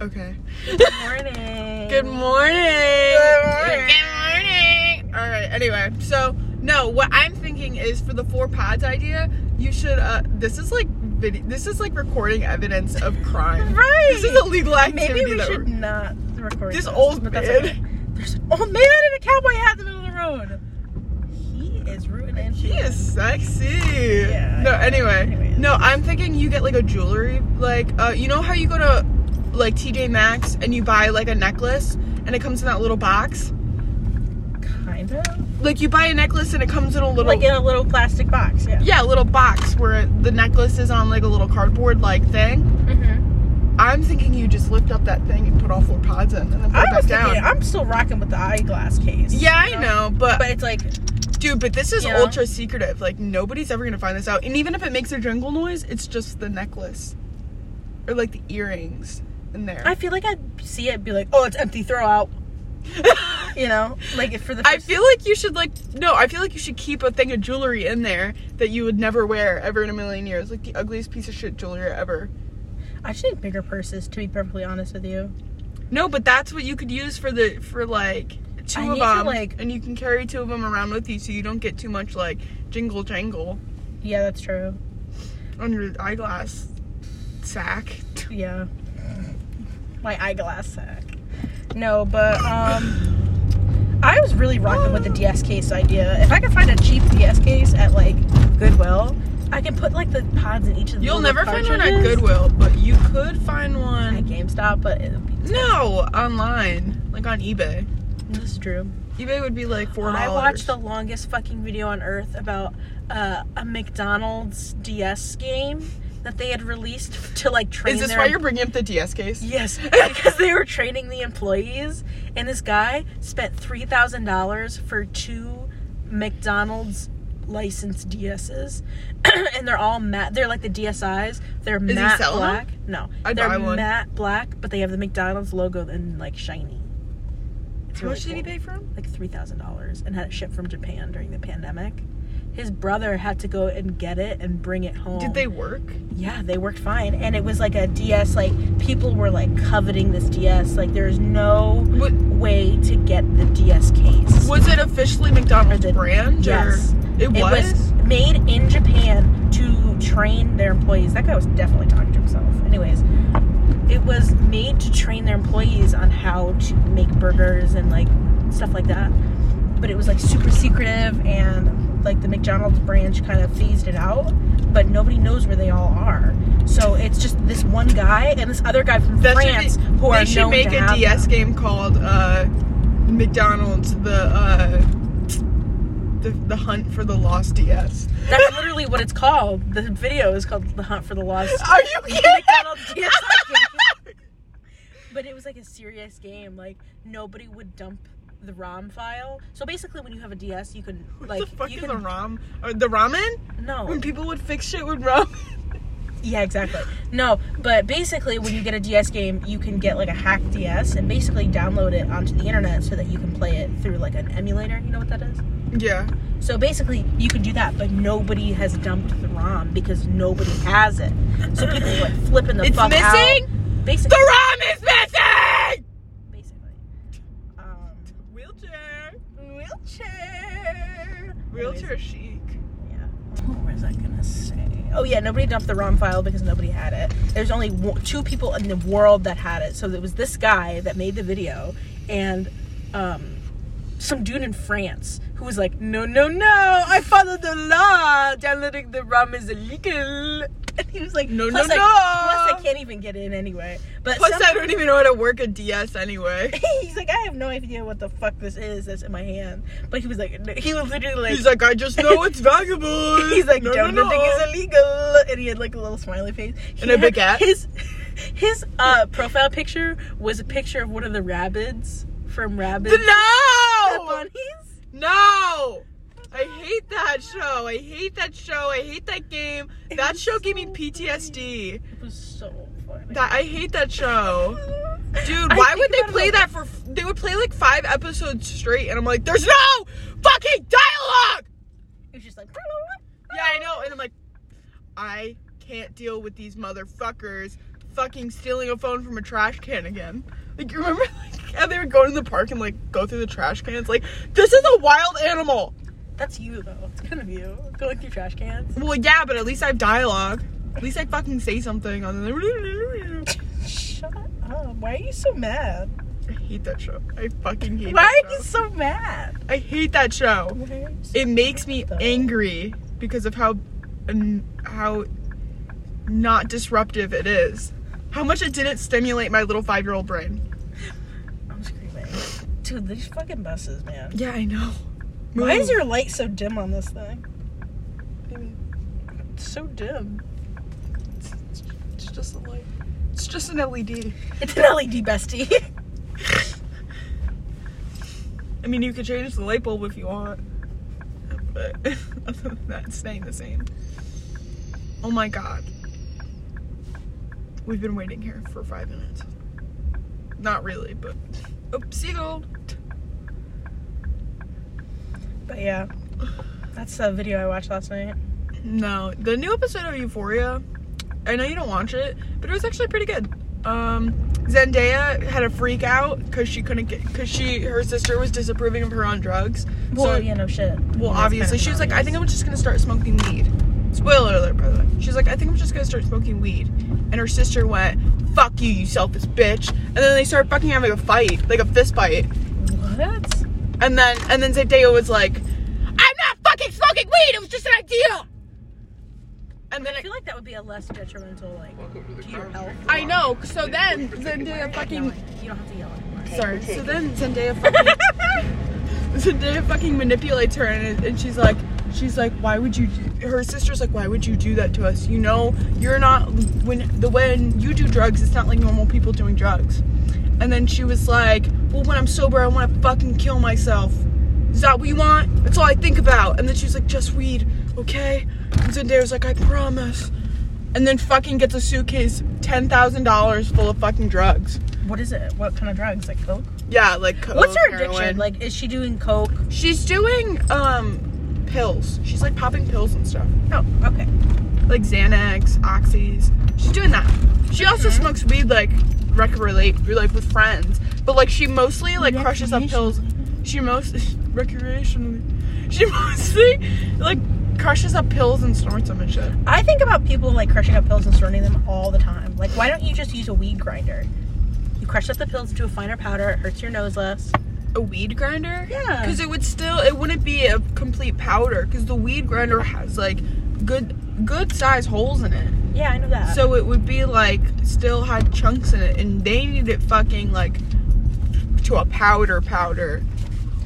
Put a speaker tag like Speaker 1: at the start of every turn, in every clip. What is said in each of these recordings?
Speaker 1: Okay.
Speaker 2: morning.
Speaker 1: Good morning. Good morning. All right. Anyway, so no, what I'm thinking is for the four pods idea, you should. uh This is like video. This is like recording evidence of crime.
Speaker 2: Right.
Speaker 1: This is illegal activity.
Speaker 2: Maybe we
Speaker 1: that
Speaker 2: should
Speaker 1: we're-
Speaker 2: not record
Speaker 1: This old
Speaker 2: but that's
Speaker 1: man.
Speaker 2: okay. There's an old man in a cowboy hat in the middle of the road. He is ruining
Speaker 1: He
Speaker 2: shit.
Speaker 1: is sexy.
Speaker 2: Yeah,
Speaker 1: No.
Speaker 2: yeah.
Speaker 1: Anyway.
Speaker 2: Anyways.
Speaker 1: No, I'm thinking you get like a jewelry, like uh, you know how you go to like TJ Maxx and you buy like a necklace and it comes in that little box.
Speaker 2: Kind of.
Speaker 1: Like you buy a necklace and it comes in a little
Speaker 2: Like in a little plastic box, yeah.
Speaker 1: yeah, a little box where the necklace is on like a little cardboard like thing.
Speaker 2: Mm-hmm.
Speaker 1: I'm thinking you just lift up that thing and put all four pods in and then put
Speaker 2: I
Speaker 1: it back
Speaker 2: was thinking,
Speaker 1: down.
Speaker 2: I'm still rocking with the eyeglass case.
Speaker 1: yeah, I
Speaker 2: you
Speaker 1: know, but,
Speaker 2: But it's like,
Speaker 1: dude, but this is
Speaker 2: Yeah.
Speaker 1: ultra secretive. Like nobody's ever gonna find this out. And even if it makes a jingle noise, it's just the necklace or like the earrings in there.
Speaker 2: I feel like I'd see it and be like, oh, it's empty, throw out. You know? Like if for the
Speaker 1: I
Speaker 2: first-
Speaker 1: feel like you should like no. I feel like you should keep a thing of jewelry in there that you would never wear ever in a million years, like the ugliest piece of shit jewelry ever.
Speaker 2: I should need bigger purses, to be perfectly honest with you.
Speaker 1: No, but that's what you could use for the for like two
Speaker 2: I
Speaker 1: of
Speaker 2: need to,
Speaker 1: them,
Speaker 2: like-
Speaker 1: and you can carry two of them around with you, so you don't get too much like jingle jangle
Speaker 2: Yeah, that's true.
Speaker 1: on your eyeglass sack.
Speaker 2: Yeah. My eyeglass sack. No, but um I was really rocking with the DS case idea. If I could find a cheap DS case at like Goodwill, I can put like the pods in each of the
Speaker 1: You'll
Speaker 2: little
Speaker 1: never find one at
Speaker 2: cartridges.
Speaker 1: Goodwill, but you could find
Speaker 2: at
Speaker 1: one.
Speaker 2: GameStop, but it,
Speaker 1: No, online, like on eBay.
Speaker 2: this is true.
Speaker 1: eBay would be like four dollars.
Speaker 2: I watched the longest fucking video on earth about uh, a McDonald's DS game that they had released to like train.
Speaker 1: Is this
Speaker 2: their
Speaker 1: why you're bringing up the DS case?
Speaker 2: Yes, because they were training the employees, and this guy spent three thousand dollars for two McDonald's licensed DSs, and they're all matte. They're like the DSIs. They're
Speaker 1: he
Speaker 2: matte
Speaker 1: selling
Speaker 2: black. No,
Speaker 1: I'd
Speaker 2: they're
Speaker 1: buy one.
Speaker 2: matte black, but they have the McDonald's logo and like shiny. It's
Speaker 1: How
Speaker 2: really
Speaker 1: much did he
Speaker 2: cool.
Speaker 1: pay for 'em?
Speaker 2: Like three thousand dollars, and had it shipped from Japan during the pandemic. His brother had to go and get it and bring it home.
Speaker 1: Did they work?
Speaker 2: Yeah, they worked fine, and it was like a DS. Like people were like coveting this DS. Like there's no
Speaker 1: Wa-
Speaker 2: way to get the DS case.
Speaker 1: Was it officially McDonald's
Speaker 2: Or the-
Speaker 1: brand? or-
Speaker 2: Yes.
Speaker 1: it
Speaker 2: It
Speaker 1: was.
Speaker 2: was made in Japan to train their employees. That guy was definitely talking to himself. Anyways, it was made to train their employees on how to make burgers and like stuff like that. But it was like super secretive and like the McDonald's branch kind of phased it out, but nobody knows where they all are. So it's just this one guy and this other guy from
Speaker 1: That should
Speaker 2: France
Speaker 1: be-
Speaker 2: who
Speaker 1: they
Speaker 2: are
Speaker 1: should
Speaker 2: known
Speaker 1: make
Speaker 2: to
Speaker 1: a
Speaker 2: have
Speaker 1: DS
Speaker 2: them.
Speaker 1: game called uh, McDonald's the uh, the the hunt for the lost DS.
Speaker 2: That's literally what it's called. The video is called "The Hunt for the Lost
Speaker 1: Are you kidding?
Speaker 2: McDonald's DSI game. But it was like a serious game. Like nobody would dump the ROM file. So basically, when you have a DS, you can
Speaker 1: What
Speaker 2: like
Speaker 1: the fuck
Speaker 2: you
Speaker 1: is
Speaker 2: can Oh.
Speaker 1: a rom or the ramen? When
Speaker 2: no.
Speaker 1: people would fix shit with ramen.
Speaker 2: Yeah, exactly. No, but basically, when you get a DS game, you can get like a hacked DS and basically download it onto the internet so that you can play it through like an emulator. You know what that is?
Speaker 1: Yeah.
Speaker 2: So basically, you can do that, but nobody has dumped the ROM because nobody has it. So people are like flipping the
Speaker 1: It's
Speaker 2: fuck
Speaker 1: missing?
Speaker 2: out. Basically,
Speaker 1: The rom is missing.
Speaker 2: basically. Um,
Speaker 1: Wheelchair.
Speaker 2: wheelchair.
Speaker 1: Wheelchair chic.
Speaker 2: Yeah. What was I gonna say? Oh yeah, nobody dumped the ROM file because nobody had it. There's only one, two people in the world that had it. So there was this guy that made the video, and um, some dude in France who was like, "No, no, no! I follow the law. Downloading the ROM is illegal." And he was like,
Speaker 1: No, no,
Speaker 2: plus I,
Speaker 1: no.
Speaker 2: Plus, I can't even get in anyway. But
Speaker 1: Plus,
Speaker 2: some-
Speaker 1: I don't even know how to work a DS anyway.
Speaker 2: he's like, I have no idea what the fuck this is that's in my hand. But he was like, no- he was literally like,
Speaker 1: He's like, I just know it's valuable.
Speaker 2: He's like,
Speaker 1: no, no,
Speaker 2: downloading
Speaker 1: no.
Speaker 2: is illegal, and he had like a little smiley face He
Speaker 1: And a big hat.
Speaker 2: had- His his uh, profile picture was a picture of one of the rabbits from Rabbit
Speaker 1: no.
Speaker 2: Bunnies.
Speaker 1: No! I hate that show. I hate that show. I hate that game.
Speaker 2: It
Speaker 1: That
Speaker 2: was
Speaker 1: show gave me
Speaker 2: so
Speaker 1: PTSD.
Speaker 2: It was so funny.
Speaker 1: That I hate that show. Dude,
Speaker 2: I
Speaker 1: why
Speaker 2: think
Speaker 1: would they
Speaker 2: about it
Speaker 1: play
Speaker 2: like-
Speaker 1: that for they would play like 5 episodes straight and I'm like, "There's no fucking dialogue."
Speaker 2: It was just like,
Speaker 1: Yeah, I know. And I'm like, "I can't deal with these motherfuckers. fucking stealing a phone from a trash can again. Like you remember like how they would go in the park and like go through the trash cans? Like, this is a wild animal.
Speaker 2: That's you though. It's kind of you going through trash cans.
Speaker 1: Well yeah, but at least I have dialogue. At least I fucking say something on the
Speaker 2: Shut up. Why are you so mad?
Speaker 1: I hate that show. I fucking hate
Speaker 2: Why
Speaker 1: that
Speaker 2: are you
Speaker 1: show.
Speaker 2: so mad?
Speaker 1: I hate that show.
Speaker 2: Why are you so
Speaker 1: it makes me
Speaker 2: though?
Speaker 1: angry because of how n- how not disruptive it is. How much it didn't stimulate my little five year old brain.
Speaker 2: I'm screaming. Dude, these fucking buses, man.
Speaker 1: Yeah, I know.
Speaker 2: Why is your light so dim on this thing?
Speaker 1: It's
Speaker 2: It's so dim.
Speaker 1: just a light. It's just an
Speaker 2: E
Speaker 1: LED.
Speaker 2: It's an LED bestie.
Speaker 1: I mean, you could change the light bulb if you want, but other than that, it's staying the same. Oh my god. We've been waiting here for five minutes. Not really, but. Oops, seagull.
Speaker 2: but yeah, that's the video I watched last night.
Speaker 1: No, the new episode of Euphoria. I know you don't watch it, but it was actually pretty good. Um, Zendaya had a freak out because she couldn't get because she her sister was disapproving of her on drugs.
Speaker 2: Well,
Speaker 1: so,
Speaker 2: you know, shit.
Speaker 1: well, obviously she was like, I think I'm just gonna start smoking weed. Spoiler alert, by the way. She's like, I think I'm just gonna start smoking weed. And her sister went, "Fuck you, you selfish bitch!" And then they started fucking having a fight, like a fist fight.
Speaker 2: What?
Speaker 1: And then and then Zendaya was like, "I'm not fucking smoking weed. It was just an idea." And then
Speaker 2: I
Speaker 1: it
Speaker 2: feel like that would be a less detrimental, like, to your health.
Speaker 1: I know. So then Zendaya fucking.
Speaker 2: You don't have to yell anymore.
Speaker 1: Sorry. So then Zendaya fucking. Zendaya fucking manipulates her, and, and she's like, she's like, why would you? Do, her sister's like, why would you do that to us? You know, you're not when the when you do drugs, it's not like normal people doing drugs. And then she was like, well, when I'm sober, I want to fucking kill myself. Is that what you want? That's all I think about. And then she was like, just weed, okay? And Zendaya was like, I promise. And then fucking gets a suitcase, ten thousand dollars full of fucking drugs.
Speaker 2: What is it? What kind of drugs? Like coke?
Speaker 1: Yeah, like coke,
Speaker 2: What's her addiction?
Speaker 1: heroin.
Speaker 2: Like, is she doing coke?
Speaker 1: She's doing um pills. She's like popping pills and stuff.
Speaker 2: Oh, okay.
Speaker 1: Like Xanax, Oxys. She's doing that. She also
Speaker 2: Mhm.
Speaker 1: smokes weed like recreate like with friends. But like she mostly like crushes up pills. She most recreationally. She mostly like crushes up pills and snorts them and shit.
Speaker 2: I think about people like crushing up pills and sorting them all the time. Like, why don't you just use a weed grinder? You crush up the pills into a finer powder. It hurts your nose less.
Speaker 1: A weed grinder?
Speaker 2: Yeah.
Speaker 1: Because it would still it wouldn't be a complete powder because the weed grinder has like good good size holes in it.
Speaker 2: Yeah, I know that.
Speaker 1: So it would be like still had chunks in it, and they need it fucking like to a powder powder.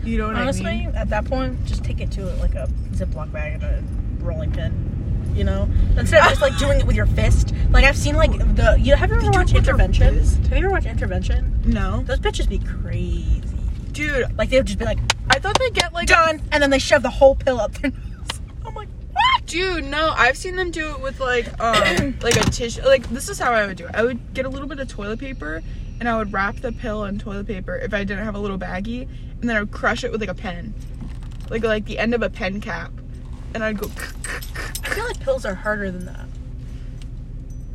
Speaker 1: You know what
Speaker 2: honestly,
Speaker 1: I mean?
Speaker 2: at that point, just take it to like a Ziploc bag and a rolling pin. You know, instead of just like doing it with your fist. Like I've seen like the you have you
Speaker 1: They
Speaker 2: ever
Speaker 1: do
Speaker 2: watched
Speaker 1: it with their
Speaker 2: Intervention?
Speaker 1: fist?
Speaker 2: Have you ever watched Intervention?
Speaker 1: No,
Speaker 2: Those bitches be crazy.
Speaker 1: dude,
Speaker 2: Like they would just be like
Speaker 1: I thought they get like
Speaker 2: done, and then they shove the whole pill up their nose. I'm like, what?
Speaker 1: Dude, no, I've seen them do it with like um like a tissue. Like this is how I would do it. I would get a little bit of toilet paper, and I would wrap the pill in toilet paper if I didn't have a little baggie, and then I would crush it with like a pen, like like the end of a pen cap, and I'd go.
Speaker 2: I feel like pills are harder than that.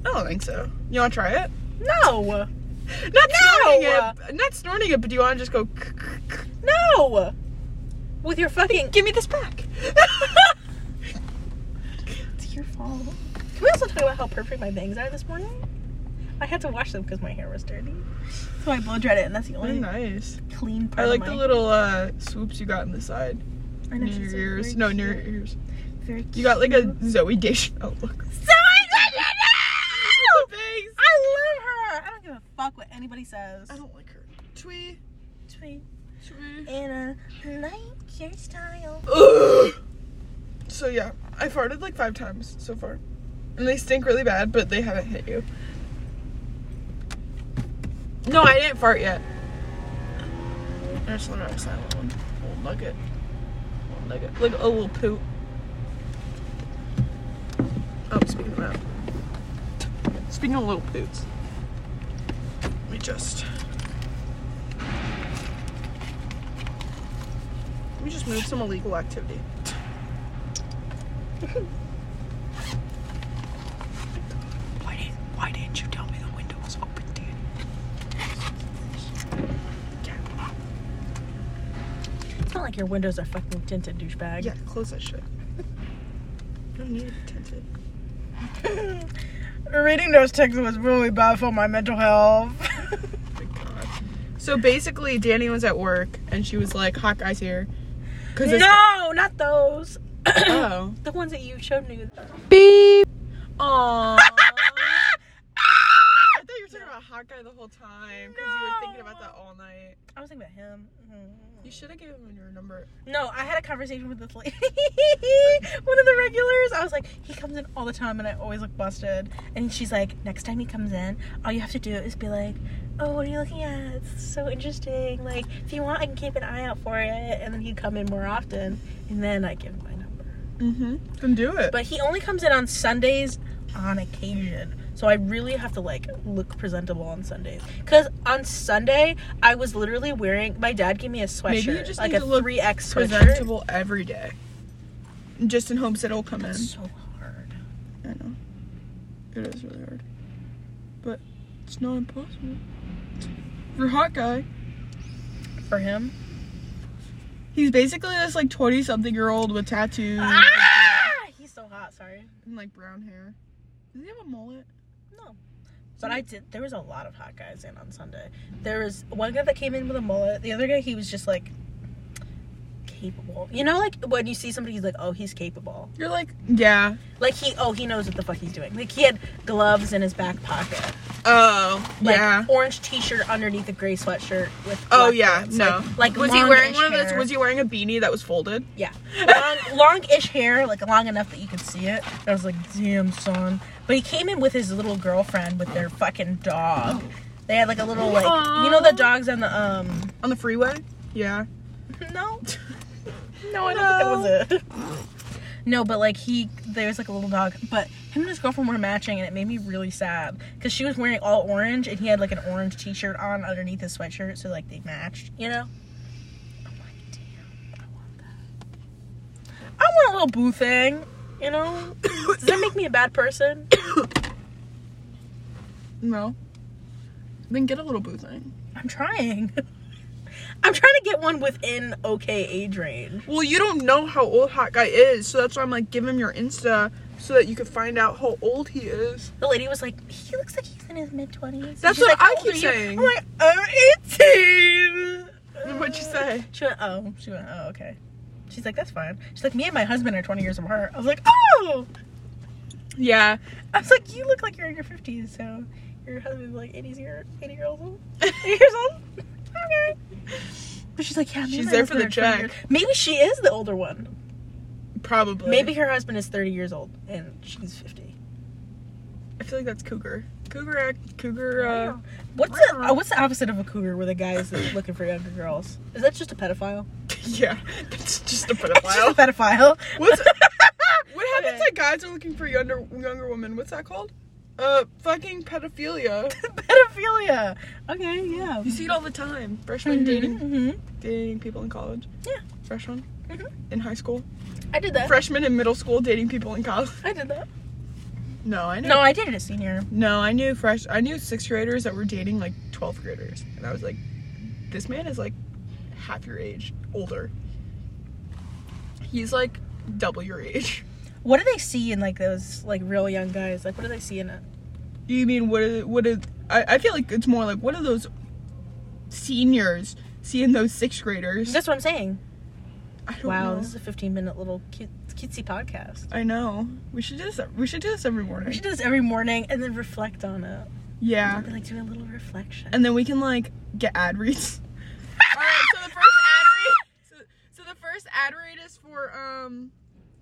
Speaker 1: I don't think so. You want to try it?
Speaker 2: No,
Speaker 1: Not snorting
Speaker 2: No!
Speaker 1: it. Not snorting it, but do you want to just go?
Speaker 2: no. With your fucking.
Speaker 1: Give me this back.
Speaker 2: It's your fault. Can we also talk about how perfect my bangs are this morning? I had to wash them because my hair was dirty, so I blow dried it, and that's the
Speaker 1: Really
Speaker 2: only
Speaker 1: nice.
Speaker 2: clean part.
Speaker 1: I
Speaker 2: of
Speaker 1: like the
Speaker 2: my-
Speaker 1: little uh, swoops you got on the side
Speaker 2: I know
Speaker 1: near your
Speaker 2: she's so
Speaker 1: ears.
Speaker 2: very
Speaker 1: No, near your
Speaker 2: cute,
Speaker 1: ears.
Speaker 2: Very
Speaker 1: You got like a
Speaker 2: cute.
Speaker 1: Zoe Deschanel look.
Speaker 2: So I said no!
Speaker 1: The bangs.
Speaker 2: I love her. I don't give a fuck what anybody says.
Speaker 1: I don't like her. Twee.
Speaker 2: Between
Speaker 1: Twee.
Speaker 2: and I like your style.
Speaker 1: Ugh. So yeah, I farted like five times so far, and they stink really bad, but they haven't hit you. No, I didn't fart yet. There's another silent one. Little nugget. Little nugget. Like a little poop. Oh, speaking of that. Speaking of little poops. Let me just. Let me just move some illegal activity. Why didn't Why didn't you tell me the window
Speaker 2: like your windows are fucking tinted, douchebag.
Speaker 1: Yeah, close that shit. don't need it tinted.
Speaker 2: Reading those texts was really bad for my mental health.
Speaker 1: Oh my God. So basically, Danny was at work and she was like, "Hawkeye's here." Cause it's-
Speaker 2: no, not those.
Speaker 1: Oh.
Speaker 2: The ones that you showed me.
Speaker 1: Beep. Aww. I thought you were talking about Hawkeye the whole time because you were thinking about that all night.
Speaker 2: I was thinking about him. Mhm.
Speaker 1: You should have given him your number.
Speaker 2: No, I had a conversation with this lady, one of the regulars. I was like, he comes in all the time, and I always look busted. And she's like, next time he comes in, all you have to do is be like, oh, what are you looking at? It's so interesting. Like, if you want, I can keep an eye out for it. And then he'd come in more often, and then I give him my number.
Speaker 1: Mm-hmm. Then do it.
Speaker 2: But he only comes in on Sundays on occasion. So I really have to like look presentable on Sundays. Cause on Sunday I was literally wearing my dad gave me a sweatshirt.
Speaker 1: Maybe you just
Speaker 2: like
Speaker 1: need
Speaker 2: a
Speaker 1: to look
Speaker 2: three X sweatshirt.
Speaker 1: presentable every day. Justin Homestead will come in.
Speaker 2: It's so hard.
Speaker 1: I know. It is really hard. But it's not impossible. For Hawkeye,
Speaker 2: For him.
Speaker 1: he's basically this like 20 something year old with tattoos
Speaker 2: Ah! He's so hot, sorry.
Speaker 1: and like brown hair. Does he have a mullet?
Speaker 2: No. But I did there was a lot of hot guys in on Sunday. There was one guy that came in with a mullet, the other guy he was just like capable. You know like when you see somebody he's like, Oh, he's capable.
Speaker 1: You're like, yeah.
Speaker 2: Like he, oh, he knows what the fuck he's doing. Like he had gloves in his back pocket,
Speaker 1: Oh,
Speaker 2: like
Speaker 1: yeah.
Speaker 2: orange t-shirt underneath a gray sweatshirt with.
Speaker 1: Oh
Speaker 2: black
Speaker 1: yeah,
Speaker 2: pants.
Speaker 1: no.
Speaker 2: Like, like
Speaker 1: was he wearing
Speaker 2: longish
Speaker 1: one of those?
Speaker 2: hair.
Speaker 1: Was he wearing a beanie that was folded?
Speaker 2: Yeah, long, long-ish hair, like long enough that you could see it. And I was like, damn son. But he came in with his little girlfriend with their fucking dog. They had like a little like you know the
Speaker 1: Aww.
Speaker 2: dogs on the um
Speaker 1: On the freeway? Yeah.
Speaker 2: no
Speaker 1: No,
Speaker 2: I don't think that was it. No, but like he, there was like a little dog. But him and his girlfriend were matching, and it made me really sad because she was wearing all orange, and he had like an orange T-shirt on underneath his sweatshirt, so like they matched. You know. I'm like, damn, I want that. I want a little boo thing. You know. Does that make me a bad person?
Speaker 1: No. Then get a little boo thing.
Speaker 2: I'm trying. I'm trying to get one within okay age range.
Speaker 1: Well, you don't know how old Hot Guy is, so that's why I'm like, give him your Insta so that you can find out how old he is.
Speaker 2: The lady was like, he looks like he's in his mid twenties.
Speaker 1: That's what I keep saying.
Speaker 2: I'm like, I'm 18.
Speaker 1: What'd you say?
Speaker 2: She went, oh. She went, oh, okay. She's like, that's fine. She's like, me and my husband are 20 years apart. I was like, oh.
Speaker 1: Yeah.
Speaker 2: I was like, you look like you're in your 50s, so your husband's like 80 year, 80 years old. 80 years old. okay. But she's like, yeah, me and
Speaker 1: She's
Speaker 2: my
Speaker 1: there for
Speaker 2: husband
Speaker 1: the
Speaker 2: are 20
Speaker 1: check.
Speaker 2: years- Maybe she is the older one.
Speaker 1: Probably.
Speaker 2: Maybe her husband is 30 years old and she's 50.
Speaker 1: I feel like that's Cougar. Cougar act. Cougar. Uh,
Speaker 2: What's the uh, what's the opposite of a cougar where the guy is looking for younger girls? Is that just a pedophile?
Speaker 1: yeah. That's just a
Speaker 2: It's just
Speaker 1: pedophile.
Speaker 2: a pedophile.
Speaker 1: What's- what happens
Speaker 2: Okay.
Speaker 1: to guys are looking for younger younger women? What's that called? Uh, fucking pedophilia.
Speaker 2: pedophilia. Okay, yeah.
Speaker 1: You see it all the time. Mm-hmm. Freshman dating
Speaker 2: Mhm.
Speaker 1: dating people in college.
Speaker 2: Yeah.
Speaker 1: Freshman
Speaker 2: Mhm.
Speaker 1: in high school.
Speaker 2: I did that.
Speaker 1: Freshman in middle school dating people in college.
Speaker 2: I did that.
Speaker 1: No, I know.
Speaker 2: No, I dated a senior.
Speaker 1: No, I knew fresh. I knew sixth graders that were dating like twelfth graders, and I was like, "This man is like half your age, older. He's like double your age."
Speaker 2: What do they see in like those like real young guys? Like what do they see in a
Speaker 1: You mean what? Are, what? Are, I, I feel like it's more like what are those seniors seeing those sixth graders?
Speaker 2: That's what I'm saying.
Speaker 1: I don't
Speaker 2: Wow,
Speaker 1: know.
Speaker 2: this is a 15 minute little kid, kidsy podcast.
Speaker 1: I know. We should do this. We should do this every
Speaker 2: We
Speaker 1: morning.
Speaker 2: should do this every morning and then reflect on it.
Speaker 1: Yeah,
Speaker 2: Be like do a little reflection.
Speaker 1: and then we can like get ad reads. All right, so the first ad read. So, so the first ad read is for um,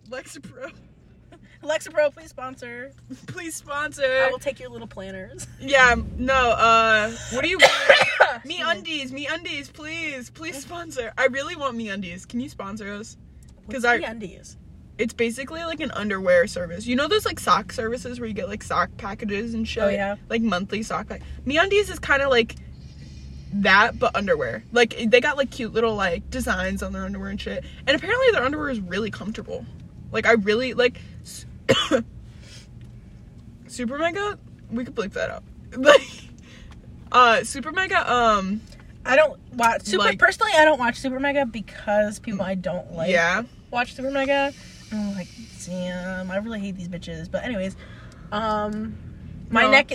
Speaker 1: Lexapro.
Speaker 2: Lexapro, please sponsor.
Speaker 1: Please
Speaker 2: I
Speaker 1: sponsor.
Speaker 2: will take your little planners.
Speaker 1: Yeah, no. Uh, what do you? me
Speaker 2: Excuse me.
Speaker 1: undies, me undies, please, please sponsor. I really want me undies. Can you sponsor us?
Speaker 2: What's
Speaker 1: 'cause I-
Speaker 2: the undies.
Speaker 1: It's basically like an underwear service. You know those like sock services where you get like sock packages and shit.
Speaker 2: Oh, yeah.
Speaker 1: Like monthly sock. Pack- me undies is kind of like that, but underwear. Like eh, they got like cute little like designs on their underwear and shit. And apparently their underwear is really comfortable. Like I really like. s- Super Mega, we could bleep that out. Like, uh, Super Mega, um,
Speaker 2: I don't watch Mm. super
Speaker 1: Like-
Speaker 2: personally. I don't watch Super Mega because people I don't like
Speaker 1: yeah.
Speaker 2: watch Super Mega. And I'm like, damn, I really hate these bitches. But anyways, um, my
Speaker 1: No.
Speaker 2: neck.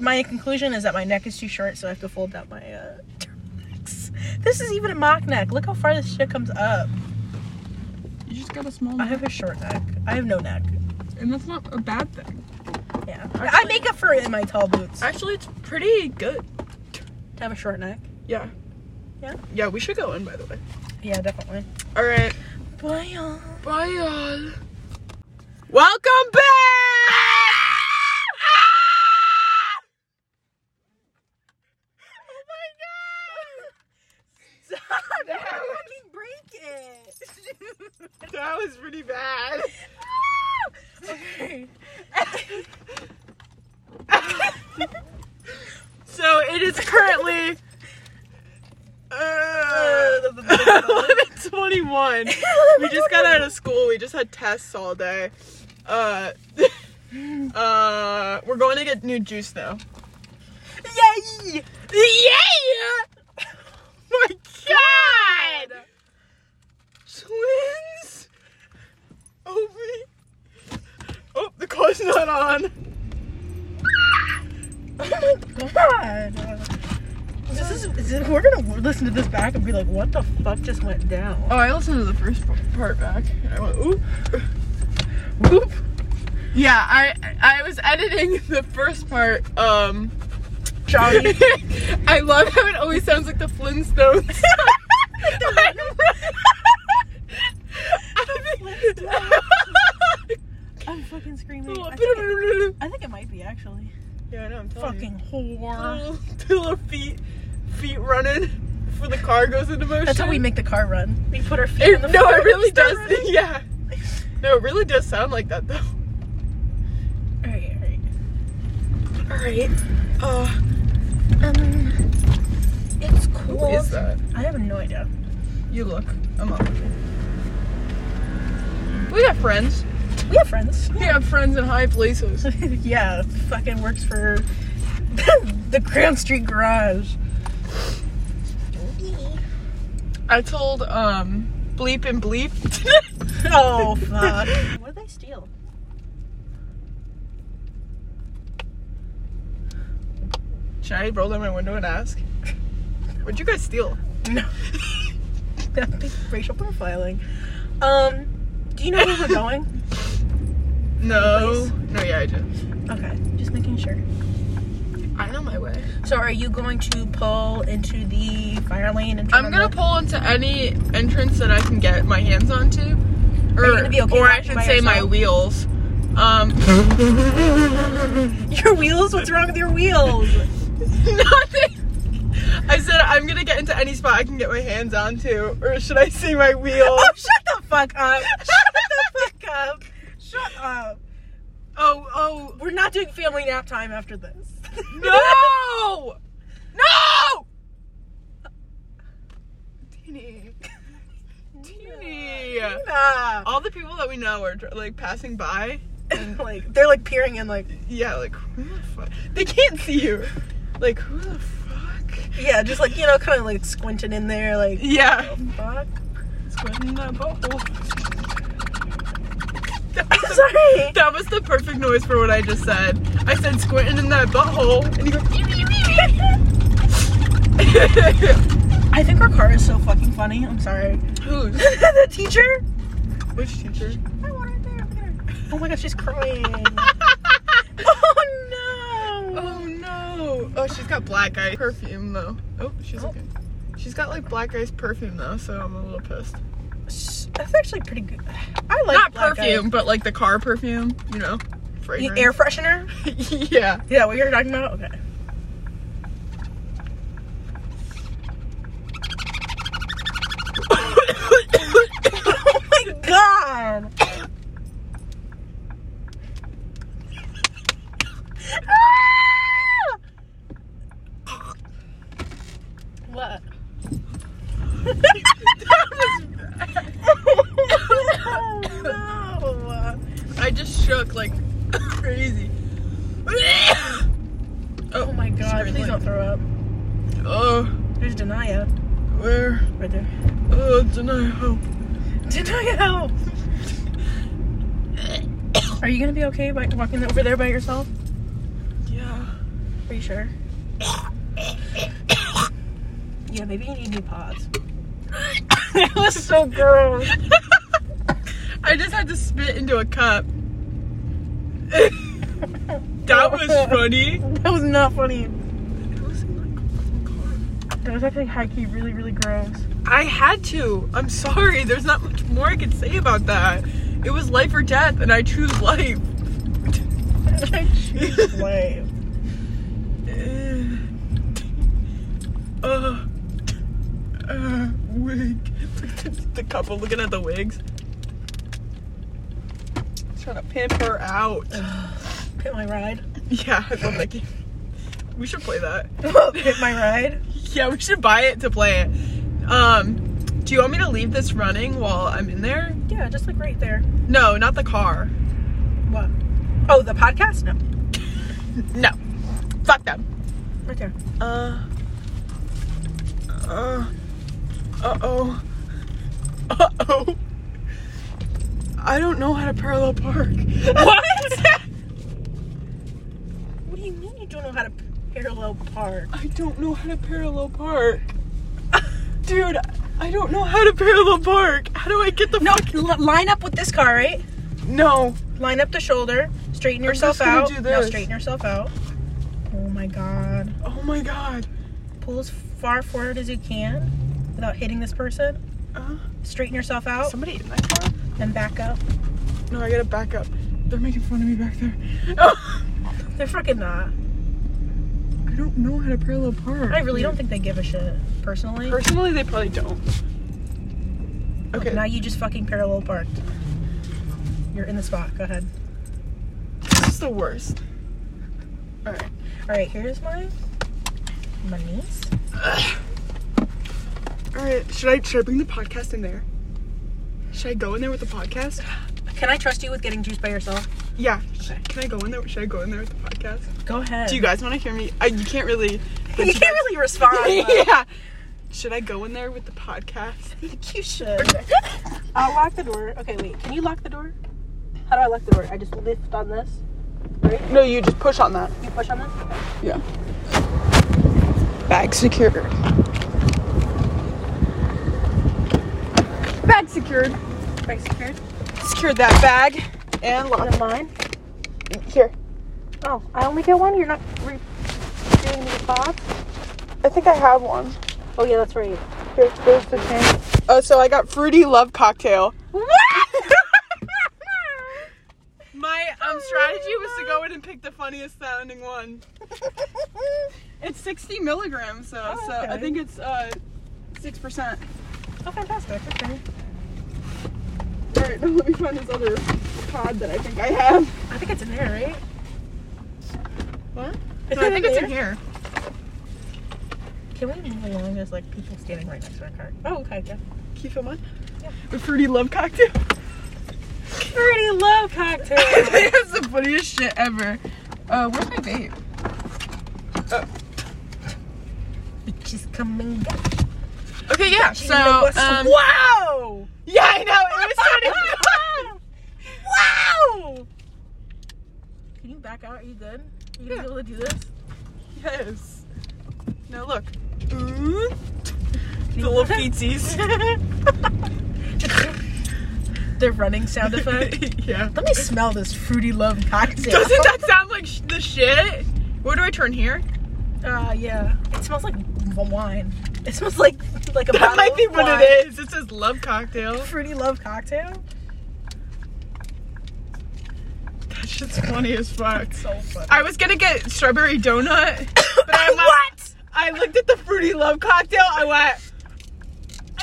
Speaker 2: my conclusion is that my neck is too short, so I have to fold out my uh. turtlenecks. This is even a mock neck. Look how far this shit comes up.
Speaker 1: You just got a small
Speaker 2: I have a short neck. I have no neck.
Speaker 1: and that's not a bad thing.
Speaker 2: Yeah, I
Speaker 1: Actually-
Speaker 2: make up for it in my tall boots. To
Speaker 1: Actually, it's pretty good.
Speaker 2: have a short neck.
Speaker 1: Yeah.
Speaker 2: Yeah.
Speaker 1: Yeah, we should go in, by the way.
Speaker 2: Yeah, definitely.
Speaker 1: All right.
Speaker 2: Bye, y'all.
Speaker 1: Bye, y'all. Welcome back!
Speaker 2: Oh Stop!
Speaker 1: That
Speaker 2: Let
Speaker 1: was-
Speaker 2: me break it.
Speaker 1: That was pretty bad.
Speaker 2: okay.
Speaker 1: So it is currently uh, 11:21. We just got out of school. We just had tests all day. Uh, uh, we're going to get new juice now.
Speaker 2: Yay!
Speaker 1: Yeah! My God! Twins. Oh wait. Oh, the car's not on.
Speaker 2: Oh my god. This is, is it- we're gonna listen to this back and be like, what the fuck just went down?
Speaker 1: Oh, I listened to the first p- part back. I went oop, oop. Yeah, I I was editing the first part. Um,
Speaker 2: Johnny.
Speaker 1: I love how it always sounds like the Flintstones.
Speaker 2: I'm fucking screaming. Oh, I think, it, Oh,
Speaker 1: yeah,
Speaker 2: I think it might be actually.
Speaker 1: I know. I'm telling you.
Speaker 2: Fucking whore.
Speaker 1: Little, little feet, feet running before the car goes into motion.
Speaker 2: That's how we make the car run. We put our feet
Speaker 1: It,
Speaker 2: on the
Speaker 1: no,
Speaker 2: floor
Speaker 1: it
Speaker 2: and
Speaker 1: really
Speaker 2: start
Speaker 1: does.
Speaker 2: running.
Speaker 1: Yeah. No, it really does sound like that though.
Speaker 2: Alright, alright.
Speaker 1: All right. Uh,
Speaker 2: Um, it's cool.
Speaker 1: what is that?
Speaker 2: I have no idea.
Speaker 1: You look. I'm up. We have friends.
Speaker 2: We have friends.
Speaker 1: We have friends in high places.
Speaker 2: yeah, fucking works for the Crown Street Garage.
Speaker 1: I told um bleep and bleep.
Speaker 2: Oh fuck! what did they steal?
Speaker 1: Should I roll down my window and ask? What'd you guys steal?
Speaker 2: No, Nothing. racial profiling. Um, do you know where we're going?
Speaker 1: No. No, yeah, I do.
Speaker 2: Okay, just making sure.
Speaker 1: I know my way.
Speaker 2: So, are you going to pull into the fire lane and? turn
Speaker 1: I'm
Speaker 2: on
Speaker 1: gonna
Speaker 2: the-
Speaker 1: pull into any entrance that I can get my hands onto, or
Speaker 2: you gonna be okay
Speaker 1: or I
Speaker 2: walking
Speaker 1: should
Speaker 2: by
Speaker 1: say my
Speaker 2: yourself?
Speaker 1: wheels. Um,
Speaker 2: Your wheels? What's wrong with your wheels?
Speaker 1: nothing. I said I'm gonna get into any spot I can get my hands onto, or should I say my wheels?
Speaker 2: oh, shut the fuck up! Shut the fuck up! Shut up!
Speaker 1: oh, oh,
Speaker 2: We're not doing family nap time after this.
Speaker 1: no, no! Teeny, teeny.
Speaker 2: Nah.
Speaker 1: All the people that we know are dr- like passing by.
Speaker 2: like they're like peering in, like
Speaker 1: Yeah, like who the fuck? They can't see you. Like who the fuck?
Speaker 2: yeah, just like you know, kind of like squinting in there, like
Speaker 1: Yeah.
Speaker 2: fuck.
Speaker 1: Squinting that butthole.
Speaker 2: Sorry.
Speaker 1: That was the perfect noise for what I just said. I said squinting in that butthole, and you go. "Eep, eep,
Speaker 2: I think our car is so fucking funny. I'm sorry.
Speaker 1: eep." Who's?
Speaker 2: the teacher.
Speaker 1: Which teacher?
Speaker 2: I want her there. Look at her. Oh my god, she's crying. oh no.
Speaker 1: Oh no! Oh, she's got black eye perfume though. Oh, she's
Speaker 2: Oh.
Speaker 1: okay. She's got like black eyes perfume though, so I'm a little pissed.
Speaker 2: Sh- That's actually pretty good. I like
Speaker 1: Not
Speaker 2: black
Speaker 1: perfume,
Speaker 2: eye.
Speaker 1: but like the car perfume, you know,
Speaker 2: The
Speaker 1: fragrance.
Speaker 2: air freshener.
Speaker 1: yeah.
Speaker 2: Yeah, what you're talking about. Okay. oh my god. Ah! What? oh, no.
Speaker 1: I just shook like crazy.
Speaker 2: oh my
Speaker 1: Scream
Speaker 2: god, Oh please
Speaker 1: like-
Speaker 2: don't throw up.
Speaker 1: Oh,
Speaker 2: There's Denia
Speaker 1: Where?
Speaker 2: right there.
Speaker 1: Uh, deny hope.
Speaker 2: Denia! Are you gonna be okay by walking over there by yourself?
Speaker 1: Yeah.
Speaker 2: Are you sure? yeah, maybe you need new paws. that was so gross.
Speaker 1: I just had to spit into a cup. that was funny.
Speaker 2: That was not funny.
Speaker 1: I
Speaker 2: That was actually high key really, really gross.
Speaker 1: had to. I'm sorry. There's not much more I can say about that. It was life or death, and I choose life.
Speaker 2: Wait.
Speaker 1: Uh, uh, wig. the couple looking at the wigs. Trying to pimp her out.
Speaker 2: Hit my ride.
Speaker 1: Yeah, I love that game. We should play that.
Speaker 2: Hit my ride.
Speaker 1: Yeah, we should buy it to play it. Um, do you want me to leave this running while I'm in there?
Speaker 2: Yeah, just like right there.
Speaker 1: No, not the car.
Speaker 2: What? Oh, the podcast? No.
Speaker 1: No. Fuck them.
Speaker 2: Right there.
Speaker 1: Uh. Uh. Uh oh. Uh oh. I don't know how to parallel park.
Speaker 2: What? What do you mean you don't know how to parallel park?
Speaker 1: I don't know how to parallel park. Dude, I don't know how to parallel park. How do I get the
Speaker 2: No,
Speaker 1: fuck?
Speaker 2: l- line up with this car, right?
Speaker 1: No.
Speaker 2: Line up the shoulder. Straighten
Speaker 1: I'm
Speaker 2: yourself
Speaker 1: just gonna
Speaker 2: out.
Speaker 1: do
Speaker 2: Now
Speaker 1: this.
Speaker 2: straighten yourself out. Oh my god.
Speaker 1: Oh my god.
Speaker 2: Pull as far forward as you can without hitting this person.
Speaker 1: Uh,
Speaker 2: Straighten yourself out
Speaker 1: somebody in that car?
Speaker 2: and back up.
Speaker 1: Oh. No, I gotta back up. They're making fun of me back there. Oh.
Speaker 2: They're fucking not.
Speaker 1: I don't know how to parallel park.
Speaker 2: I really don't think they give a shit, personally.
Speaker 1: Personally, they probably don't. Okay.
Speaker 2: Now you just fucking parallel parked. You're in the spot. Go ahead.
Speaker 1: This is the worst. Alright.
Speaker 2: All right, here's my my niece.
Speaker 1: Alright, should I should I bring the podcast in there? Should I go in there with the podcast?
Speaker 2: Can I trust you with getting juice by yourself?
Speaker 1: Yeah. Should I- Can I go in there? Should I go in there with the podcast?
Speaker 2: Go ahead.
Speaker 1: Do you guys want to hear me? I, you can't really.
Speaker 2: you can't really respond. but
Speaker 1: yeah. Should I go in there with the podcast?
Speaker 2: You should. I'll lock the door. Okay, wait. Can you lock the door? How do I lock the door? I just lift on this. Right?
Speaker 1: No, you just push on that.
Speaker 2: You push on this.
Speaker 1: Yeah. Bag secured. Bag secured.
Speaker 2: Right, secured.
Speaker 1: Secured that bag and
Speaker 2: And
Speaker 1: lock
Speaker 2: then mine.
Speaker 1: here.
Speaker 2: Oh, I only get one. You're not re- doing the box.
Speaker 1: I think I have one.
Speaker 2: Oh yeah, that's right.
Speaker 1: Here, there's the thing. Oh, so I got fruity love cocktail.
Speaker 2: What?
Speaker 1: My um strategy was to go in and pick the funniest sounding one. It's 60 milligrams, so
Speaker 2: Oh,
Speaker 1: so I
Speaker 2: okay.
Speaker 1: think it's uh six percent.
Speaker 2: oh, fantastic. Okay.
Speaker 1: All right, now let me find this other pod that I think I have.
Speaker 2: I think it's in there, right?
Speaker 1: What?
Speaker 2: Is
Speaker 1: I
Speaker 2: it
Speaker 1: think
Speaker 2: in
Speaker 1: it's in
Speaker 2: there?
Speaker 1: here.
Speaker 2: Can we move along? There's like people standing right next to our car. Oh, okay, yeah.
Speaker 1: Can you film one?
Speaker 2: Yeah.
Speaker 1: The fruity love cocktail.
Speaker 2: Pretty low cocktail.
Speaker 1: That's the funniest shit ever. Uh, where's my vape?
Speaker 2: She's coming. Back.
Speaker 1: Okay, yeah.
Speaker 2: She
Speaker 1: So,
Speaker 2: knows-
Speaker 1: um,
Speaker 2: wow!
Speaker 1: yeah, I know. It was starting.
Speaker 2: wow! Can you back out? Are you good? Are you
Speaker 1: Yeah.
Speaker 2: gonna be able to do this?
Speaker 1: yes. Now look. Mm,
Speaker 2: Can
Speaker 1: the
Speaker 2: you-
Speaker 1: little feetsies.
Speaker 2: the running sound effect.
Speaker 1: yeah.
Speaker 2: Let me smell this fruity love cocktail.
Speaker 1: Doesn't that sound like sh- the shit? Where do I turn here?
Speaker 2: Uh, yeah. It smells like w- wine. It smells like like a
Speaker 1: That
Speaker 2: bottle
Speaker 1: might
Speaker 2: of
Speaker 1: be what
Speaker 2: wine.
Speaker 1: it is. It says love cocktail.
Speaker 2: Fruity love cocktail.
Speaker 1: That shit's funny as fuck.
Speaker 2: So funny.
Speaker 1: I was gonna get strawberry donut, but I went,
Speaker 2: what?
Speaker 1: I looked at the fruity love cocktail. I went.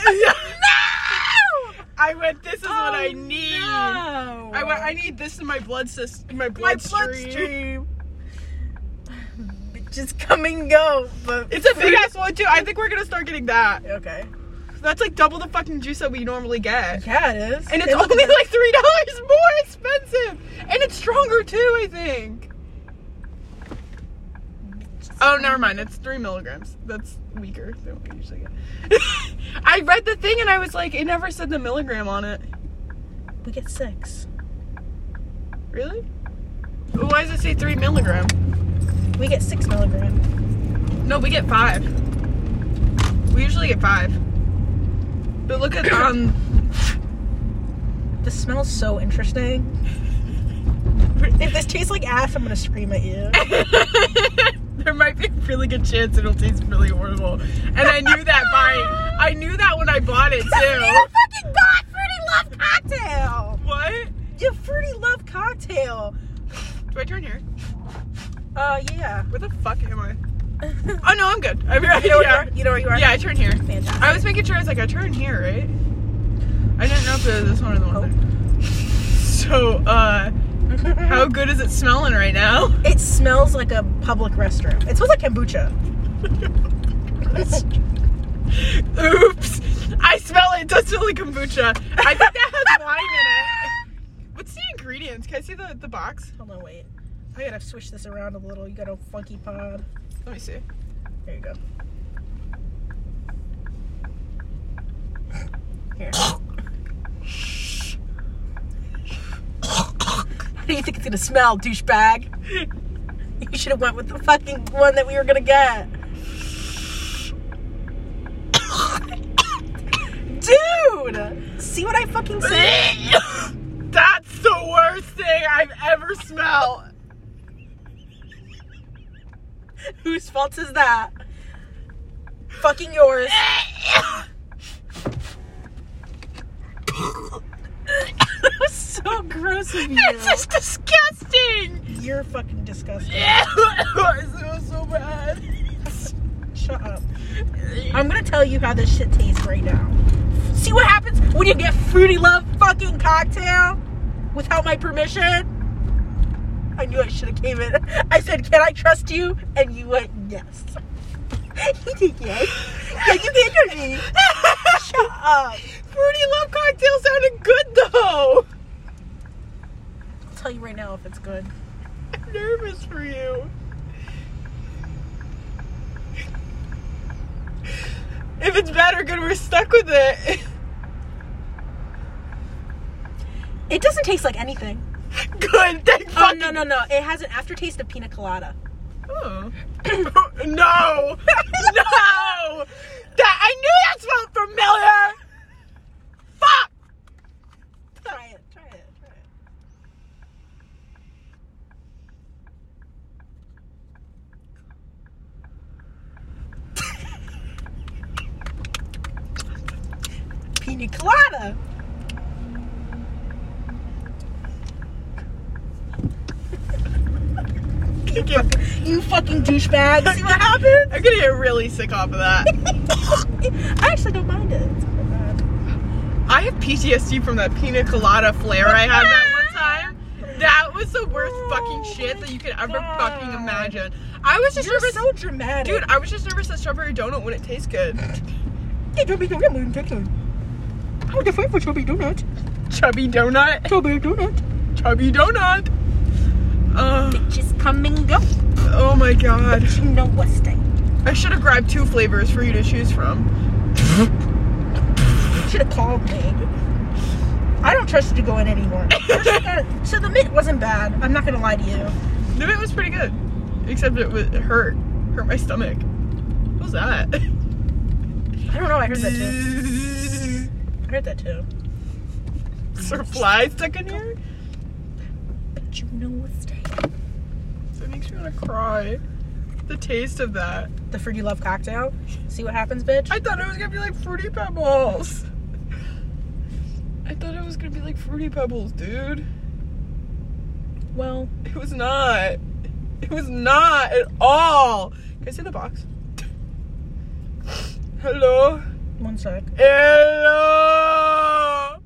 Speaker 1: no! Oh, I went. This is what I need.
Speaker 2: Oh, No.
Speaker 1: I went. I need this in my blood system. In my
Speaker 2: my
Speaker 1: bloodstream.
Speaker 2: bloodstream. Bitches come and go, but
Speaker 1: It's a big ass one too. I think we're gonna start getting that.
Speaker 2: okay.
Speaker 1: That's like double the fucking juice that we normally get.
Speaker 2: Yeah, it is.
Speaker 1: And it's only like three dollars more expensive, and it's stronger too. I think. Oh, never mind. It's three milligrams. That's weaker than what we usually get. I read the thing and I was like, it never said the milligram on it.
Speaker 2: We get six.
Speaker 1: Really? Why does it say three milligram?
Speaker 2: We get six milligram.
Speaker 1: No, we get five. We usually get five. But look at um,
Speaker 2: This smells so interesting. If this tastes like ass, I'm gonna scream at you.
Speaker 1: there might be a really good chance it'll taste really horrible. And I knew that by I knew that when I bought it
Speaker 2: you
Speaker 1: too.
Speaker 2: fucking got fruity love cocktail.
Speaker 1: What?
Speaker 2: You fruity love cocktail.
Speaker 1: Do I turn here?
Speaker 2: Uh, yeah.
Speaker 1: Where the fuck am I?
Speaker 2: you
Speaker 1: Oh no, I'm good. I mean,
Speaker 2: know
Speaker 1: yeah.
Speaker 2: where you are. You know where you are.
Speaker 1: yeah, I turn here.
Speaker 2: Fantastic.
Speaker 1: I was making sure I was like, I turn here, right? I didn't know if it was this one or the one. there. So, uh, how good is it smelling right now?
Speaker 2: It smells like a public restroom. It smells like kombucha.
Speaker 1: Oops. I smell it. It does smell like kombucha. I think that has wine in it. What's the ingredients? Can I see the, the box?
Speaker 2: Hold on, wait. I gotta swish this around a little. You got a funky pod.
Speaker 1: Let me see.
Speaker 2: There you go. Here. How do you think it's gonna smell, douchebag? You should have went with the fucking one that we were gonna get. Dude! See what I fucking said?
Speaker 1: That's the worst thing I've ever smelled.
Speaker 2: Whose fault is that? Fucking yours. that was so gross of you.
Speaker 1: This is disgusting.
Speaker 2: You're fucking disgusting.
Speaker 1: I smell so bad.
Speaker 2: Shut up. I'm gonna tell you how this shit tastes right now. See what happens when you get fruity love fucking cocktail without my permission? I knew I should have came in. I said, "Can I trust you?" And you went, "Yes." You did yes. Yeah, you can trust me. Shut up.
Speaker 1: Fruity Love Cocktail sounded good though.
Speaker 2: I'll tell you right now if it's good.
Speaker 1: I'm nervous for you. If it's bad or good, we're stuck with it.
Speaker 2: It doesn't taste like anything.
Speaker 1: Good. Thank
Speaker 2: Oh
Speaker 1: fucking
Speaker 2: no no no! It has an aftertaste of pina colada.
Speaker 1: Oh. no! no! That I knew that smelled familiar! Fuck!
Speaker 2: Try it. Try it. Try it. Pina colada.
Speaker 1: I'm gonna get-
Speaker 2: You fucking douchebag. See what happened?
Speaker 1: I'm gonna get really sick off of that.
Speaker 2: I actually don't mind it. It's not bad.
Speaker 1: I have PTSD from that pina colada flare I had that one time. That was the worst
Speaker 2: Oh
Speaker 1: fucking shit that you could ever
Speaker 2: my
Speaker 1: fucking
Speaker 2: God.
Speaker 1: imagine. I was just
Speaker 2: You're
Speaker 1: nervous.
Speaker 2: so dramatic.
Speaker 1: Dude, I was just nervous that strawberry donut wouldn't taste good.
Speaker 2: Hey, Chubby Donut, man, take it. I would fight for Chubby Donut.
Speaker 1: Chubby donut.
Speaker 2: Chubby Donut.
Speaker 1: Chubby donut. Uh,
Speaker 2: Bitches come and go.
Speaker 1: oh my god.
Speaker 2: You know what's thing.
Speaker 1: I should have grabbed two flavors for you to choose from.
Speaker 2: Should have called me. I don't trust you to go in anymore. First you gotta- so the mint wasn't bad. I'm not gonna lie to you.
Speaker 1: The mint was pretty good, except it, was, it hurt. Hurt my stomach. What was that?
Speaker 2: I don't know. I heard that too. I heard that too.
Speaker 1: Is there flies stuck in here?
Speaker 2: But you know what's thing.
Speaker 1: That makes me want to cry. The taste of that.
Speaker 2: The fruity love cocktail. See what happens, bitch.
Speaker 1: I thought it was gonna be like fruity pebbles. I thought it was gonna be like fruity pebbles, dude.
Speaker 2: Well,
Speaker 1: It was not. It was not at all. Can I see the box? Hello?
Speaker 2: one sec.
Speaker 1: Hello!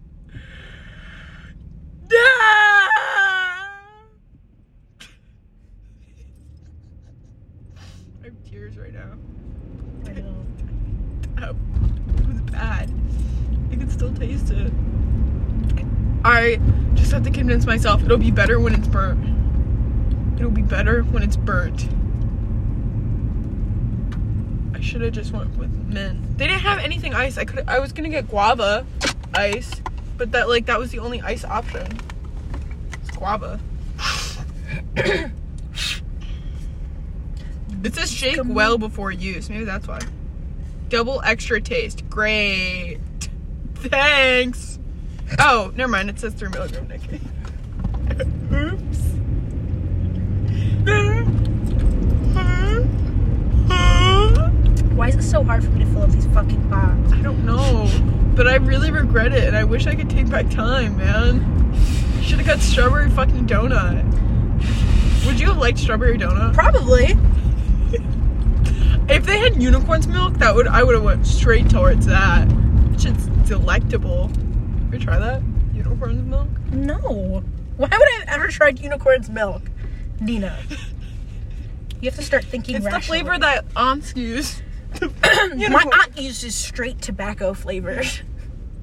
Speaker 1: I have tears right now.
Speaker 2: I know.
Speaker 1: Oh, it was bad. I can still taste it. I just have to convince myself it'll be better when it's burnt. It'll be better when it's burnt. should have just went with mint. They didn't have anything ice. I could I was gonna get guava ice, but that like that was the only ice option. It's guava. it says shake
Speaker 2: Come on.
Speaker 1: well before use. Maybe that's why. Double extra taste. Great. Thanks. Oh, never mind. It says three milligram, Nikki. Oops. I
Speaker 2: Why is it so hard for me to fill up these fucking boxes?
Speaker 1: don't know, but I really regret it, and I wish I could take back time, man. Should have got strawberry fucking donut. Would you have liked strawberry donut?
Speaker 2: Probably.
Speaker 1: If they had unicorn's milk, that would I would have went straight towards that. That shit's delectable. You try that unicorn's milk.
Speaker 2: No. Why would I have ever tried unicorn's milk? Nina. You have to start thinking
Speaker 1: It's the
Speaker 2: rationally.
Speaker 1: flavor that aunts use.
Speaker 2: My
Speaker 1: Unicorn-
Speaker 2: aunt uses straight tobacco flavored.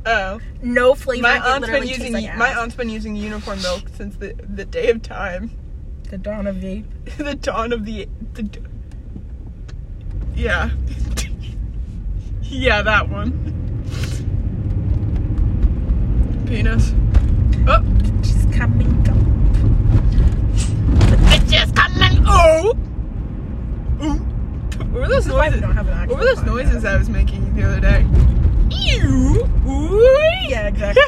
Speaker 1: Oh.
Speaker 2: No flavor.
Speaker 1: my
Speaker 2: It
Speaker 1: aunt's been
Speaker 2: literally tastes
Speaker 1: using
Speaker 2: like ass.
Speaker 1: my aunt's been using unicorn milk since the, the day of time,
Speaker 2: The dawn of vape.
Speaker 1: the dawn of the the. d- Yeah. yeah, that one. Penis. Oh,
Speaker 2: She's coming up.
Speaker 1: bitches coming. Oh. Ooh. What were those
Speaker 2: This is why we
Speaker 1: noises?
Speaker 2: don't have an
Speaker 1: What
Speaker 2: actual
Speaker 1: were those
Speaker 2: podcast.
Speaker 1: noises I was making the other day? Ew. Ooh.
Speaker 2: Yeah, exactly.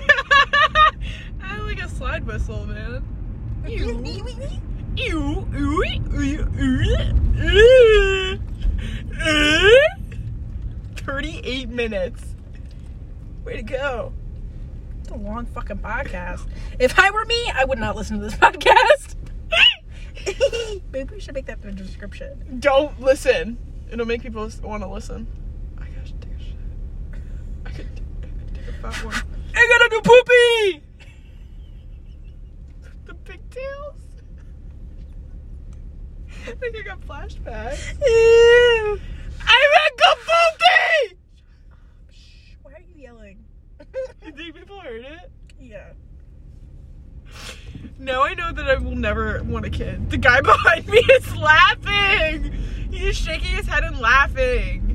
Speaker 1: I like a slide whistle, man. Ew.
Speaker 2: Ew.
Speaker 1: Ew, ew, ew, ew, ew. 38 minutes. Way to go.
Speaker 2: It's a long fucking podcast. If I were me, I would not listen to this podcast. Maybe we should make that the description.
Speaker 1: Don't listen. It'll make people want to listen. I gotta take a shit. I could I could take a fat one.
Speaker 2: I gotta do poopy!
Speaker 1: The pigtails. I think I got flashbacks.
Speaker 2: Ew.
Speaker 1: I got kabuki!
Speaker 2: Shh, Why are you yelling?
Speaker 1: You think people heard it?
Speaker 2: yeah.
Speaker 1: Now I know that I will never want a kid. The guy behind me is laughing. He's shaking his head and laughing.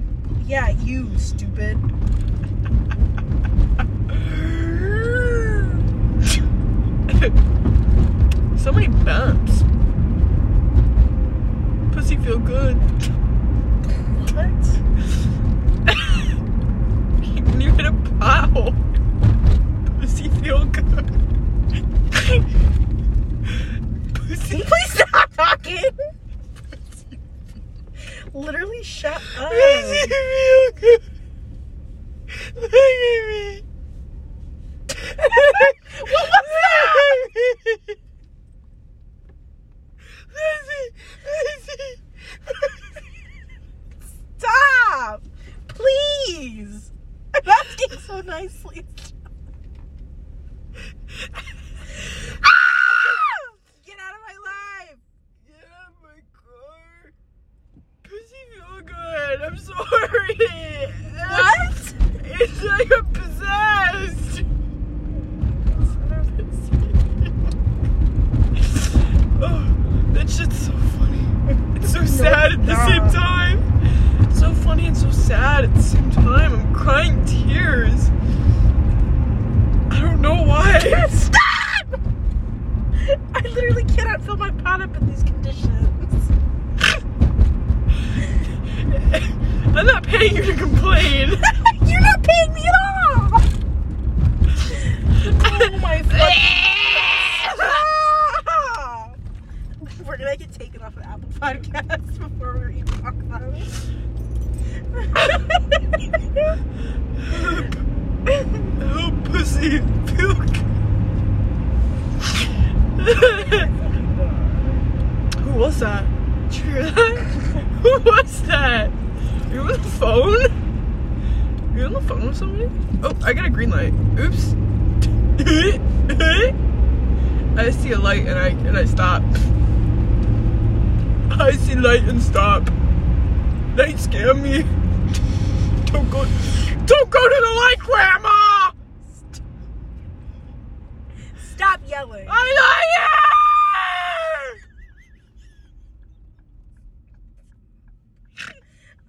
Speaker 2: Yeah, you stupid.
Speaker 1: so many bumps. Pussy feel good.
Speaker 2: What?
Speaker 1: When you hit a pothole. Pussy feel good. Pussy.
Speaker 2: Please stop talking! Literally shut up.
Speaker 1: Pussy feel good. Look at me.
Speaker 2: what was that? Stop! Please! I'm asking so nicely. Get out of my life!
Speaker 1: I'm sorry.
Speaker 2: What?
Speaker 1: It's like I'm possessed. oh, that shit's so funny. It's so sad at the same
Speaker 2: God.
Speaker 1: time. So funny and so sad at the same time. I'm crying tears. I don't know why.
Speaker 2: Stop! I literally cannot fill my pot up in these conditions.
Speaker 1: I'm not paying you to complain.
Speaker 2: You're not paying me at all! Oh my fuck. We're gonna get taken off of Apple Podcasts before we even talk about it.
Speaker 1: oh, pussy. Puke. Who was that? Did you hear that? Who was that? You on the phone? You on the phone with somebody? Oh, I got a green light. Oops. I see a light and I and I stop. I see light and stop. They scare me. Don't go. Don't go to the light, Grandma.
Speaker 2: Stop yelling.
Speaker 1: I love you.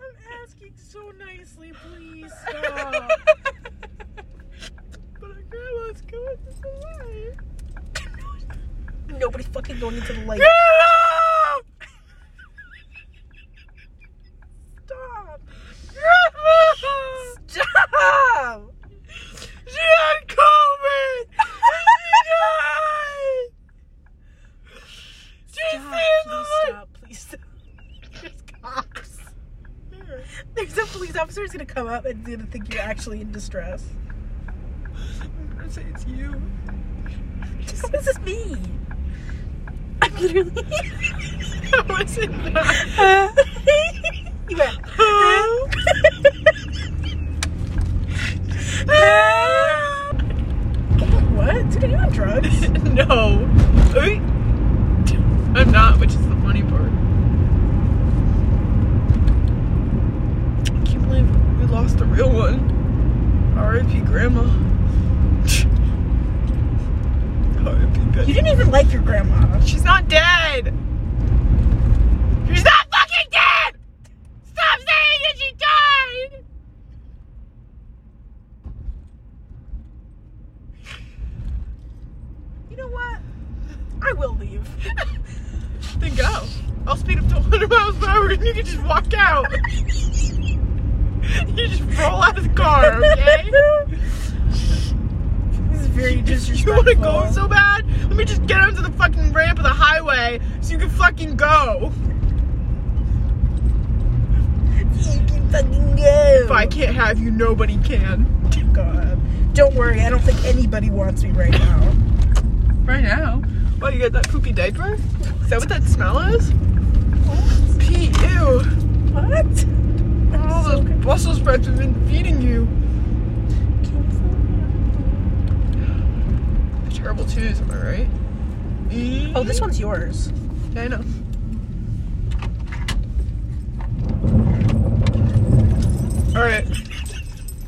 Speaker 2: I'm asking so nicely, please stop.
Speaker 1: But our grandma's going to the
Speaker 2: Nobody fucking going into the light.
Speaker 1: light.
Speaker 2: Stop.
Speaker 1: Grandma!
Speaker 2: Stop.
Speaker 1: She had COVID! And she died! Did you
Speaker 2: Stop.
Speaker 1: see it in the
Speaker 2: Please
Speaker 1: light?
Speaker 2: stop. Please stop. There's cops. There's a police officer who's gonna come up and he's gonna think you're actually in distress.
Speaker 1: I'm gonna say it's you.
Speaker 2: This is me. I'm literally.
Speaker 1: How is it not?
Speaker 2: you went. what? Dude, are you on drugs?
Speaker 1: no. Oy. I'm not, which is the funny part. I can't believe we lost the real one. R.I.P. Grandma. R.I.P.
Speaker 2: You
Speaker 1: Betty.
Speaker 2: didn't even like your grandma.
Speaker 1: She's not dead. She's not fucking dead. Stop saying that she died.
Speaker 2: You know what? I will leave.
Speaker 1: Then go. I'll speed up to 100 miles per hour and you can just walk out. you just roll out of the car, okay?
Speaker 2: This is very
Speaker 1: You
Speaker 2: disrespectful.
Speaker 1: want to go so bad? Let me just get onto the fucking ramp of the highway so you can fucking go.
Speaker 2: You can fucking go.
Speaker 1: If I can't have you, nobody can.
Speaker 2: God. Don't worry. I don't think anybody wants me right now.
Speaker 1: Right now. Well, you got that poopy diaper? Is that what that smell is? Pee, ew.
Speaker 2: What?
Speaker 1: All those Brussels sprouts have been feeding you. They're terrible twos, am I right? E?
Speaker 2: Oh, this one's yours.
Speaker 1: Yeah, I know. All right.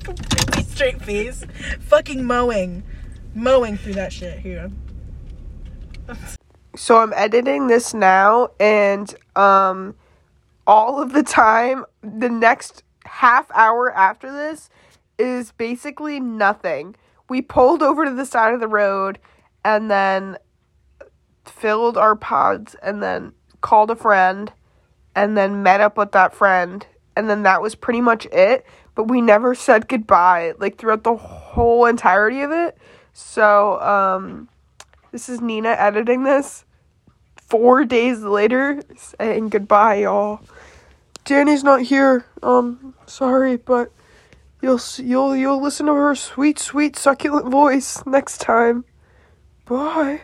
Speaker 2: Completely straight face. Fucking mowing. Mowing through that shit here.
Speaker 1: So I'm editing this now, and um, all of the time, the next half hour after this is basically nothing. We pulled over to the side of the road, and then filled our pods, and then called a friend, and then met up with that friend, and then that was pretty much it. But we never said goodbye, like throughout the whole entirety of it. So um. This is Nina editing this four days later saying goodbye, y'all. Danny's not here. Um, sorry, but you'll s- you'll you'll listen to her sweet, sweet, succulent voice next time. Bye.